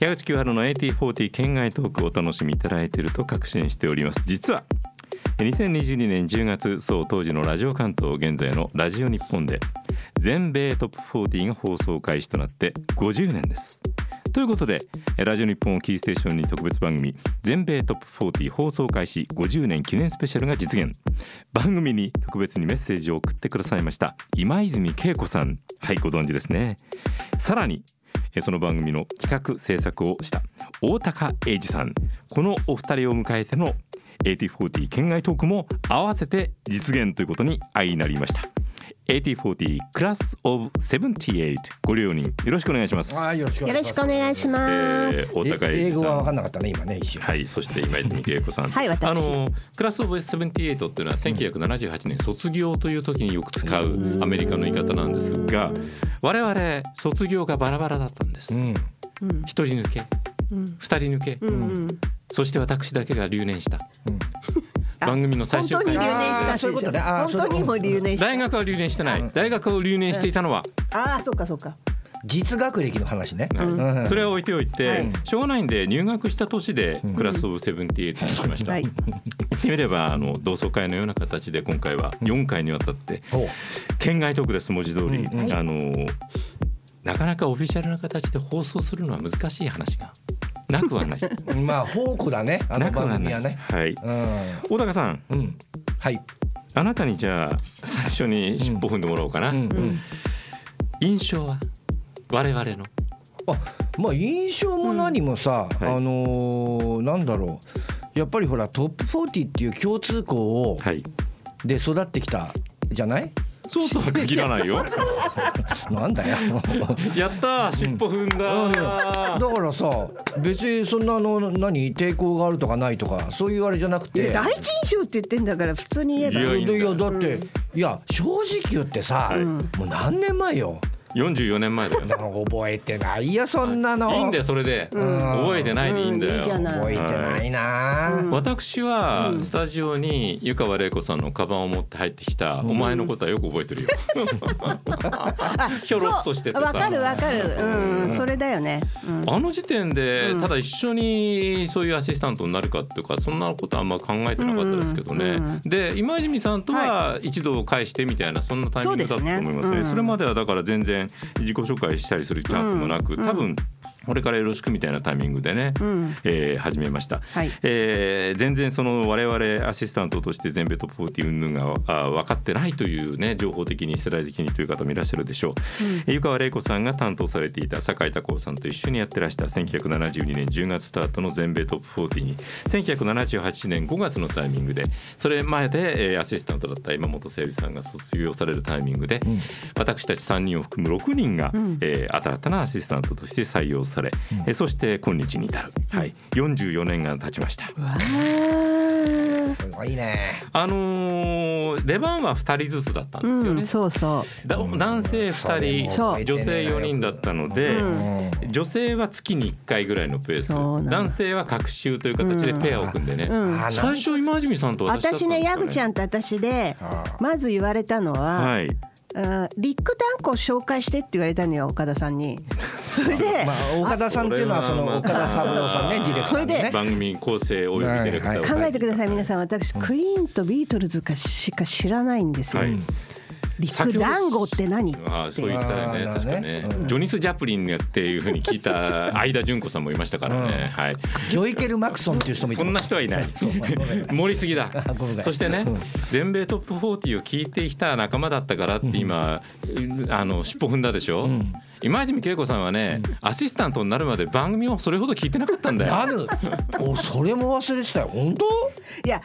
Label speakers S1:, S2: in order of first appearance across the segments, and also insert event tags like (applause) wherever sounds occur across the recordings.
S1: 矢口清原の AT40 県外トークをお楽しみいただいていると確信しております実は2022年10月そう当時のラジオ関東現在のラジオ日本で全米トップ40が放送開始となって50年ですということでラジオ日本をキーステーションに特別番組全米トップ40放送開始50年記念スペシャルが実現番組に特別にメッセージを送ってくださいました今泉恵子さんはいご存知ですねさらにその番組の企画制作をした大高英二さんこのお二人を迎えての AT40 県外トークも合わせて実現ということに相なりました AT40 クラスオブ78ご両人よろしくお願いします
S2: あーよろしくお
S3: よ
S2: 願
S3: ろ
S2: い
S3: し
S2: し
S3: くお
S2: ます。
S3: 願いし
S1: え
S3: ます。
S1: ー、大高
S2: え
S1: 英
S2: 英
S1: 二
S2: 語は分
S1: さ
S2: か
S1: ん
S2: んなかったね今ね一瞬。
S1: はいそして今泉恵子さん
S3: はい私
S1: あのクラスオブ78っていうのは1978年卒業という時によく使うアメリカの言い方なんですが我々卒業がバラバラだったんです、
S2: うん。
S3: うん
S1: 一人抜け
S3: うん
S1: 二人抜け、
S3: うんうん
S1: そして私だけが留年した
S2: うん
S3: あ
S1: 番組の最
S3: 本
S1: 終
S3: 当に留
S1: 回
S3: 年した
S2: あーそういうことねあー
S3: 本当にもう留年した。
S1: 大学は留年してな
S2: う
S1: い
S2: ん
S1: 大学を留年していたのは、
S3: ああそうかそうか。
S2: 実学歴の話ね。
S1: はい
S2: うん
S1: それは置いておいて、
S2: はい
S1: しょうがないんで入学した年で
S2: うん
S1: クラスオブ78にしました、
S3: はい。
S1: 言ってみればあの同窓会のような形で今回は4回にわたって
S2: ほう
S1: 県外トークです文字通り、
S2: うんうん
S1: あのなかなかオフィシャルな形で放送するのは難しい話がなくはない
S2: まあ宝庫だね (laughs) あの
S1: なく
S2: 番
S1: は
S2: 組
S1: な、
S2: はいね。
S1: はい、
S2: う
S1: 小高さん
S2: ん。うん。はい。
S1: あなたにじゃあ最初に尻尾踏んでもらおうかな、
S2: うんうん。
S1: 印象は我々の
S2: あまあ印象も何もさ、
S1: うんはい
S2: あのーなんだろうやっぱりほらトップ40っていう共通項を
S1: はい
S2: で育ってきたじゃない
S1: そうとは限ら
S2: (laughs)
S1: ないよ
S2: なんだよ
S1: (laughs) やったー尻尾踏んだ
S2: だ
S1: ー
S2: からさ別にそんなあの何抵抗があるとかないとかそういうあれじゃなくて
S3: 第一印象って言ってんだから普通に言えば。
S1: いや
S2: いやだって、いや正直言ってさ、
S1: い
S2: もう何年前よ
S1: 44年前だよ
S2: なんか覚えてないや (laughs) そんなの
S1: いいんだよそれで、覚えてないでいいんだよ、
S3: うんいいじゃない
S2: 覚えてないな、
S1: 私はスタジオに湯川玲子さんのカバンを持って入ってきた、お前のことはよく覚えてるよ (laughs) ひょろっとしてて
S3: そうわかる
S1: さ
S3: わかる。うんそれだよね。うん
S1: あの時点でただ一緒にそういうアシスタントになるかっていうかそんなことあんま考えてなかったですけどね、
S3: うんうん
S1: で今泉さんとは一度返してみたいなそんなタイミングだったと思いますね
S3: そ
S1: そう
S3: ですねうん
S1: れまではだから全然自己紹介したりするチャンスもなく、多分これからよろしくみたいなタイミングでね、
S3: うん
S1: えー始めました、
S3: はい
S1: えー全然その我々アシスタントとして全米トップ40云々があ分かってないというね情報的に世代的にという方もいらっしゃるでしょう、えー湯川玲子さんが担当されていた酒井孝夫さんと一緒にやってらした1972年10月スタートの全米トップ40に1978年5月のタイミングでそれ前で、えーアシスタントだった今本誠理さんが卒業されるタイミングで、私たち3人を含む6人が、えー新たなアシスタントとして採用され、えーそして今日に至る、はい、44年が経ちました。
S3: あー
S2: すごいね
S1: あのー出番は2人ずつだったんですよ
S3: う
S1: ね。
S3: んそうそ
S1: だ男性2
S3: そ
S1: 人
S3: う
S1: 女性4人だったので、
S3: うん
S1: 女性は月に1回ぐらいのペース
S3: そうなんだ
S1: 男性は隔週という形でペアを組んでね、
S3: う。うん。
S2: あー
S1: 最初今泉さんと私だったんです
S3: 私
S1: よね
S3: ねヤグちゃんと私で
S2: あ
S3: まず言われたのは。
S1: はい
S3: うんリックダンコを紹介してって言われたのよ岡田さんに。それで、
S2: まあ岡田さんっていうのはその岡田三郎さんねディレクターの
S3: それ
S2: ね
S1: 番組構成およびディレクターを
S3: 考えてください皆さん私クイーンとビートルズかしか知らないんですよ。
S1: はい
S3: リックダンゴって何って
S1: ああそう言ったよね
S2: ああ
S1: 確か
S2: な
S1: ね
S2: るほどね
S1: ジョニス・ジャプリンっていうふうに聞いた相田純子さんもいましたからね、はい
S2: ジョイケル・マクソンっていう人もいた
S1: そんな人はいない
S2: そう (laughs) ごめん
S1: 盛りすぎだ
S2: あごめんなさ
S1: そ
S2: い
S1: してね
S2: うん
S1: 全米トップ40を聞いてきた仲間だったからって今あの尻尾踏んだでしょ、今泉恵子さんはねアシスタントになるまで番組をそれほど聞いてなかったんだよ
S2: なるおそれも忘れてたよ本当
S3: いや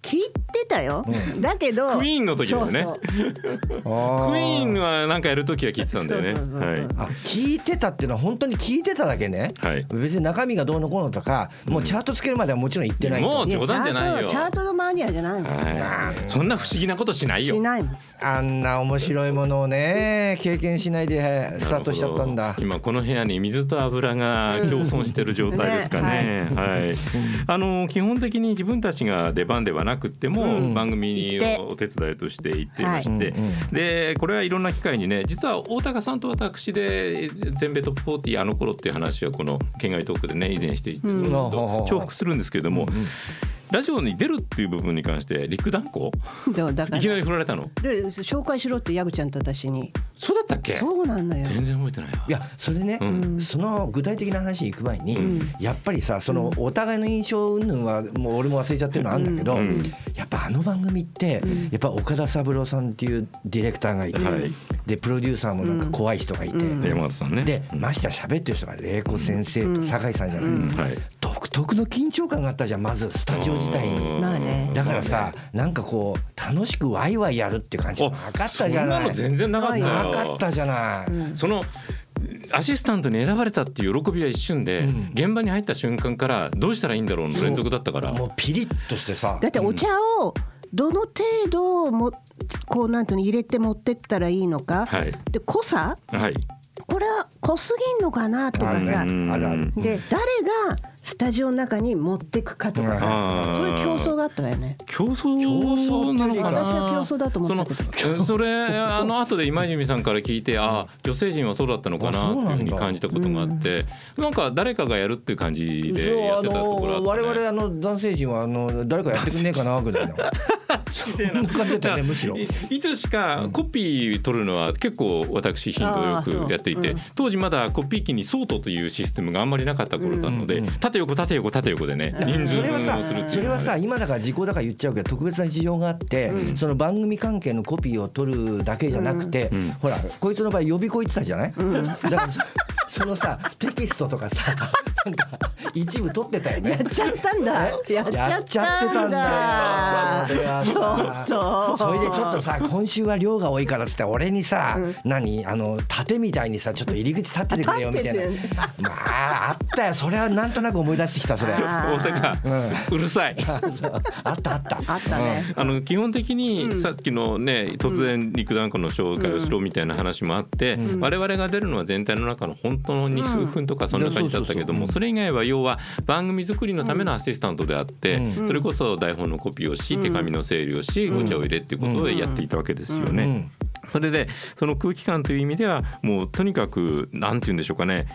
S3: 聞いてたよ、だけど
S1: クイーンの時だよね
S3: そうそう
S2: クイ
S1: クイーンはなんかやる時は聞いてたんだよね
S3: そうそうそうそう
S1: は
S2: あ聞いてたっていうのは本当に聞いてただけね、
S1: はい
S2: 別に中身がどうのこうのとか、もうチャートつけるまではもちろん言ってない
S1: い
S2: と
S1: もう冗談じゃないよ
S3: チャートチャートのマニアじゃないの、
S1: はいそんな不思議なことしないよ
S3: しないもん (laughs)
S2: あんな面白いものをね経験しないでスタートしちゃったんだ
S1: 今この部屋に水と油が共存している状態ですかね。はい。あの基本的に自分たちが出番ではななくても、
S3: うん
S1: 番組に
S3: 行って
S1: お手伝いとして行っていまして、
S2: はいうんうん
S1: でこれはいろんな機会にね実は大高さんと私で全米トップ40あの頃っていう話はこの県外トークでね以前していて、
S3: うん
S1: ずっと重複するんですけれども、
S2: うんうん
S1: ラジオに出るっていう部分に関して陸断行
S3: でもだか
S1: いきな
S3: ら
S1: り振られたの
S3: で紹介しろって矢口ちゃんと私に
S1: そうだったっけ
S3: そうなんだよ
S1: 全然覚えてないわ
S2: いやそれね、
S1: うん
S2: その具体的な話に行く前に、
S3: ん
S2: やっぱりさそのお互いの印象云々はもう俺も忘れちゃってるのあるんだけど、
S1: うんうん
S2: やっぱあの番組って、
S3: ん
S2: やっぱ岡田三郎さんっていうディレクターがいて、
S1: はい
S2: でプロデューサーもなんか怖い人がいて、
S3: うん
S1: 山形さんね
S2: で
S1: うん
S2: ましてや喋ってる人が玲子先生と酒井さんじゃない、
S1: うんはい
S2: 独特の緊張感があったじゃんまずスタジオ自体に。
S3: まあね
S2: だからさなんかこう楽しくワイワイやるっていう感じがなかったじゃな
S1: そんなの
S2: い。
S1: 全然なかったよ
S2: なかったじゃない。
S1: そのアシスタントに選ばれたっていう喜びは一瞬で、
S2: うん
S1: 現場に入った瞬間からどうしたらいいんだろうの連続だったから
S2: もうピリッとしてさ
S3: だってお茶をどの程度もこうなんていうの入れて持ってったらいいのか、
S1: はい
S3: で濃さ
S1: はい
S3: これは濃すぎんのかなとか
S2: あ
S3: さ、
S2: るねあるある
S3: で誰がスタジオの中に持ってくかとか
S1: あ
S3: さ
S1: ー
S3: そういう競争があったわよね。
S1: 競
S2: 争
S1: 争なのかな
S3: 私は競争だと思ってたけ
S1: そのそれあの後で今泉さんから聞いてあ女性陣はそうだったのかな
S2: あ
S1: ってい
S2: そう
S1: う
S2: なんだ
S1: ふうに感じたことがあってなんか誰かがやるっていう感じでや
S2: そう
S1: って
S2: あ
S1: たところあ
S2: の
S1: ったね
S2: 我々あの男性陣はあの誰かやってくんねえかなぐらい (laughs) のそんな感じだったよねむしろ
S1: いいつしかコピー取るのは結構私頻
S3: あ
S1: 度
S3: ー
S1: よ
S3: そう
S1: くやっていて、
S3: うん
S1: 当時まだコピー機にソートというシステムがあんまりなかった頃なので、
S2: うんうん
S1: 縦横縦横縦横でね
S3: う
S1: 人
S3: ん
S1: 数
S2: それ
S1: 分
S2: は
S1: をするっ
S2: さ
S1: て
S2: そ
S1: いうの
S2: れ
S1: が
S2: は
S1: ね
S2: さ今だから時効だから言っちゃうけど特別な事情があって、その番組関係のコピーを取るだけじゃなくて、
S1: ん
S2: ほらこいつの場合予備校行ってたじゃない、だからそそのさテキストとかさなんか一部取ってたよ
S3: や
S2: ね
S3: っちゃったんだ。やっちゃったんだ。
S2: ち
S3: ょっと
S2: それでちょっとさ今週は量が多いからっつって俺にさ、何あの盾みたいにさちょっと入り口立っててくれよみたいな
S3: 立ってて
S2: まああったよそれはなんとなく思い出してきたそれあ
S3: あ
S1: 太田がうる
S2: (laughs)
S1: さい。
S2: ったあった
S3: あった
S1: (laughs)
S3: ね。
S1: あの基本的にさっきのね、突然陸団子の紹介をしろみたいな話もあって、我々が出るのは全体の中の本当のに数分とかそんな感じだったけども、それ以外は要は番組作りのためのアシスタントであって、それこそ台本のコピーをし、手紙の整理をし、お茶を入れっていうことでやっていたわけですよね。
S2: うん
S1: それでその空気感という意味ではもうとにかくなんて言うんでしょうかね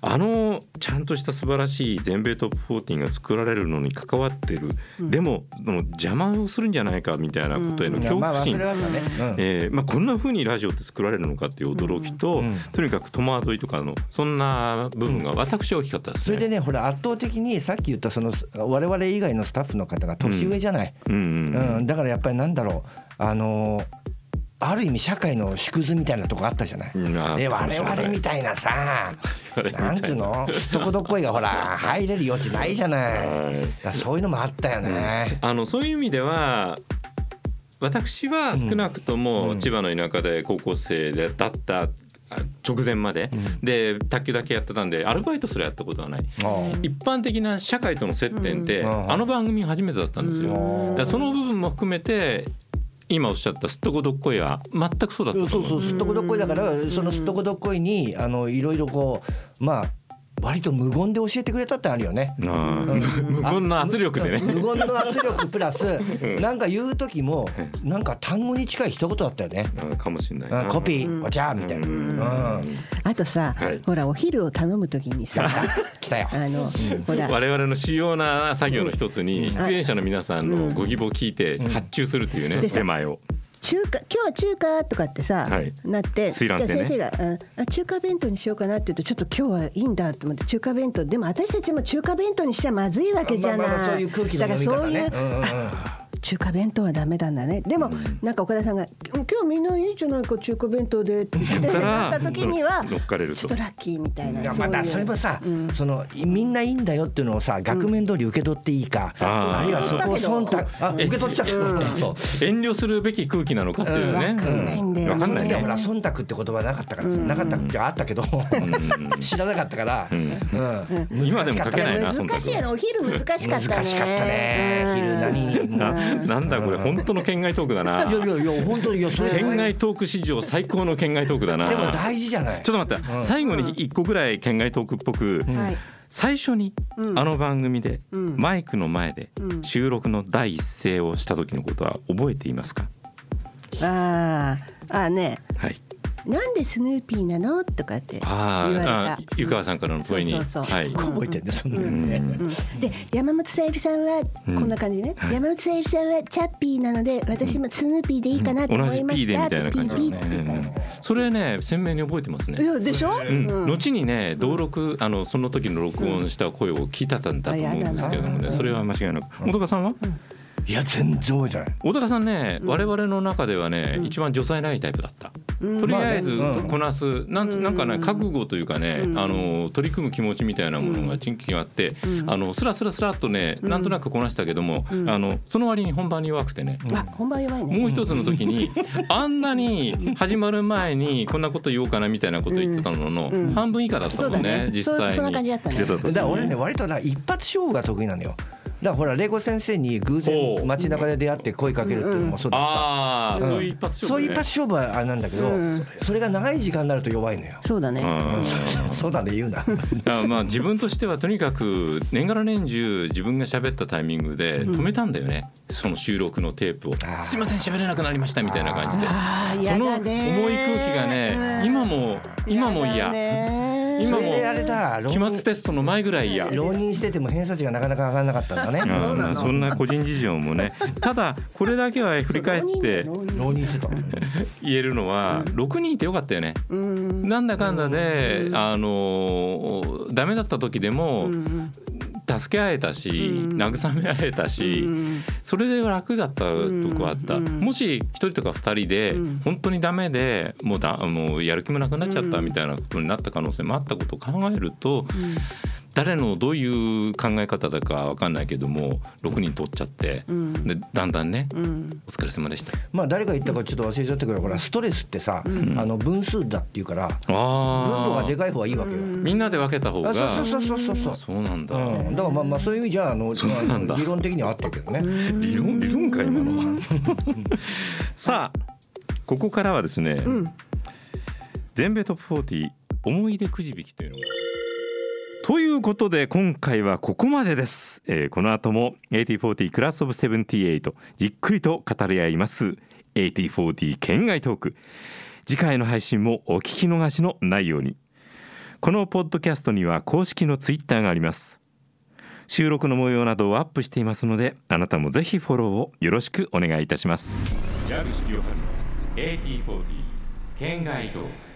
S1: あのちゃんとした素晴らしい全米トップ14が作られるのに関わってる、でもその邪魔をするんじゃないかみたいなことへの
S2: い
S1: 恐
S2: やま
S1: 怖
S2: あまあ
S1: 心、
S2: それはあったね、うん
S1: えーまあ、こんな風にラジオって作られるのかっていう驚きと、
S2: うん
S1: とにかく戸惑いとかのそんな部分が私は大きかったです
S2: そ
S1: ね。
S2: れでねほら圧倒的にさっき言ったその我々以外のスタッフの方が年上じゃない、
S1: うんうんうん
S2: うん、だからやっぱりなんだろうあのーある意味社会の縮図みたいなとこあったじゃない。
S1: うんあ
S2: で
S1: ったかも
S2: 我
S1: しれない
S2: 々みたいなさ
S1: 我々みたいな
S2: なんつう (laughs) のすっとこどっこいがほら入れる余地ないじゃない。だ
S1: はい
S2: からそういうのもあったよね。
S1: あのそういう意味では私は少なくとも千葉の田舎で高校生でだったあ直前まで、で卓球だけやってたんでアルバイトすらやったことはない
S2: うん
S1: 一般的な社会との接点って、
S2: うん
S1: あの番組初めてだったんですよ、
S2: うん
S1: だからその部分も含めて今おっしゃったすっとこどっこいは全くそうだったと
S2: そう
S1: 思
S2: そううすっとこどっこいだからそのすっとこどっこいにあのいろいろこうまあ割と無言で教えてくれたってあるよね。
S1: なあ (laughs) 無言の圧力でね
S2: 無言の圧力プラスなんか言う時もなんか単語に近い一言だったよね。
S1: あかもしれない
S2: うん
S1: な
S2: コピーお茶みたいな。うん
S3: あとさ
S1: はい、
S3: ほらお昼を頼むときに
S1: (laughs)
S3: さ、
S2: 来たよ。
S3: あのほら。
S1: 我々の主要な作業の一つに出演者の皆さんのご希望を聞いて発注するというね
S3: ん
S1: 手前を
S3: 中華今日は中華とかってさ、
S1: はい
S3: なって
S1: 水
S3: じゃ
S1: 卵
S3: あ
S1: 亭ね
S3: 先生が、うんあ中華弁当にしようかなって言うとちょっと今日はいいんだと思って中華弁当でも私たちも中華弁当にしちゃまずいわけじゃない、
S2: まあまあまあそういう空気の
S3: だか
S2: 読
S3: ら
S2: み
S3: そ
S2: 方
S3: う
S2: ね
S3: いう、。中華弁当はダメなんだねでも、なんか岡田さんが「今日みんないいじゃないか中華弁当で」って言って
S1: だから
S3: なった時には
S1: 乗っかれると
S3: ちょっとラッキーみたい
S2: うん
S3: な
S2: うんいや
S3: そ
S2: ま
S3: うい
S2: た
S3: う
S2: それもさ
S3: うん、
S2: そのみんないいんだよっていうのをさ額面通り受け取っていいか、
S1: あー
S2: あるいはそこを忖度あ受け取っちゃった。そう。
S1: 遠慮するべき空気なのかっていうね。
S3: わかんないんだよね
S1: わか
S2: そ
S1: ん
S2: の
S1: ない
S2: 時はほ
S1: ね。
S2: ら忖度って言葉なかったからさ、なかったってあったけど知らなかったから、うん
S1: 今でも書けないな
S3: 難しい
S1: 忖
S3: のお昼難しかったね
S2: 難しかったね、
S3: うん
S2: 昼何にもう
S1: なんだこれ本当の県外トークだない
S2: やいやいや本当にいやそれ
S1: 県外トーク史上最高の県外トークだな
S2: でも大事じゃない
S1: ちょっと待った、
S2: うん
S1: 最後に一個ぐらい県外トークっぽく、
S3: はい。
S1: 最初に
S3: うん
S1: あの番組で
S3: うん
S1: マイクの前で
S3: うん
S1: 収録の第一声をした時のことは覚えていますか、
S3: ああ、ああね、
S1: はい、
S3: なんでスヌーピーなのとかって言われ
S1: あ
S3: た
S1: あ。湯川さんからの問いに
S3: そうそうそう
S1: はい、
S3: うん
S2: 覚えてんだそんな
S1: う
S2: のね
S1: ん
S3: うんで山本さゆりさんはこ
S1: うん
S3: んな感じね、
S1: はい
S3: 山本さゆりさんはチャッピーなので私もスヌーピーでいいかなと
S1: 同
S3: 思い
S1: じ
S3: ま
S1: P
S3: し
S1: でみ
S3: た
S1: たいな感
S3: ピ
S1: じ
S3: ー
S1: だ
S3: ピ
S1: ね、
S3: ー
S1: うんそれね鮮明に覚えてます
S3: い
S1: ね、
S3: やでしょ、
S1: うん
S3: うん
S1: 後にね同録あのその時の録音した声を聞いたんだと思うんですけれども
S3: う
S1: ね
S3: ん
S1: それは間違いなく小高さんはい
S2: や全然覚えてない
S1: 小高さんね、我々の中ではね、一番女才ないタイプだった、
S3: うん
S1: とりあえず
S2: まあねうん
S1: こなす、なん
S3: うん
S1: なんかね覚悟というかね、
S3: うん
S1: あの取り組む気持ちみたいなものがチンキがあって、
S3: うん
S1: あのスラスラスラっとね、
S3: うん
S1: なんとなくこなしたけども、
S3: うん
S1: あのその割に本番に弱くてね、
S3: あ本番弱いね
S1: もう一つの時に、あんなに始まる前にこんなこと言おうかなみたいなこと言ってたのの、
S3: うんうん
S1: 半分以下だったもんね
S3: そうだね
S1: 実際に
S3: そそんな感じだったね
S1: 出時に
S2: だから俺ね割とな一発勝負が得意なのよだからほら玲子先生に偶
S1: ほう
S2: 然街中で出会って声かけるっていうのもそうだしさ、
S1: ああ、
S2: ん
S1: そういう一発
S2: そ
S1: 勝
S2: う
S1: 負、
S2: いう
S1: ね
S2: 一、発勝負はあれなんだけど、
S3: うん
S2: それが長い時間になると弱いのよ、
S3: そうだね、
S1: うん
S2: (laughs) そうだね言うな
S1: あまあ自分としてはとにかく年がら年中自分が喋ったタイミングで止めたんだよね、その収録のテープを「
S2: ー
S1: すいません喋れなくなりました」みたいな感じで
S3: ああ
S1: そ
S3: や
S1: の
S3: だ
S1: 重い空
S3: ね
S1: 気がね今も今も
S3: やだ
S1: 嫌
S3: ね
S1: 今
S2: そ
S1: も
S2: れであれだ浪
S1: 期末
S2: 人
S1: テストの前ぐらい嫌。
S2: 浪人してても偏差値がなかなか上がらなかったんだ
S1: うん
S2: ね
S1: まあそんな個人事情も
S3: (laughs)
S1: ねただこれだけは振り返って
S3: 浪人だ浪人
S2: 浪人してた
S1: 言えるのは6人いてよかったよね
S3: うん
S1: なんだかんだで
S3: うん
S1: あのーダメだった時でも
S3: うん
S1: 助け合えたし
S3: うん
S1: 慰め合えたし
S3: うん
S1: それで楽だったとこあった、
S3: うんうん
S1: もし一人とか二人で
S3: うん
S1: 本当にダメでもうだもうやる気もなくなっちゃったみたいなことになった可能性もあったことを考えると誰のどういう考え方だかわかんないけども6人取っちゃって
S3: うん
S1: でだんだんね
S3: うん
S1: 「お疲れ様でした」
S2: まあ誰が言ったかちょっと忘れちゃったけどほらストレスってさ、
S3: ん
S2: あの分数だっていうから分母
S1: あ
S2: がで
S1: ー
S2: かい方がいいわけよ、
S1: みんなで分けた方
S2: あ
S1: が
S2: そうそうそうそうそう
S1: そうなんだ、
S2: うん、だからまあまあそういう意味じゃあの
S1: なんだ
S2: 理論的にはあったけどね。
S1: 理論理論か今のはさあここからはですね、
S3: うん
S1: 全米トップ40思い出くじ引きというのがということで今回はここまでです、えーこの後も AT40 クラスオブ78じっくりと語り合います AT40 県外トーク次回の配信もお聞き逃しのないようにこのポッドキャストには公式のツイッターがあります収録の模様などをアップしていますのであなたもぜひフォローをよろしくお願いいたします矢口清春 AT40 県外トーク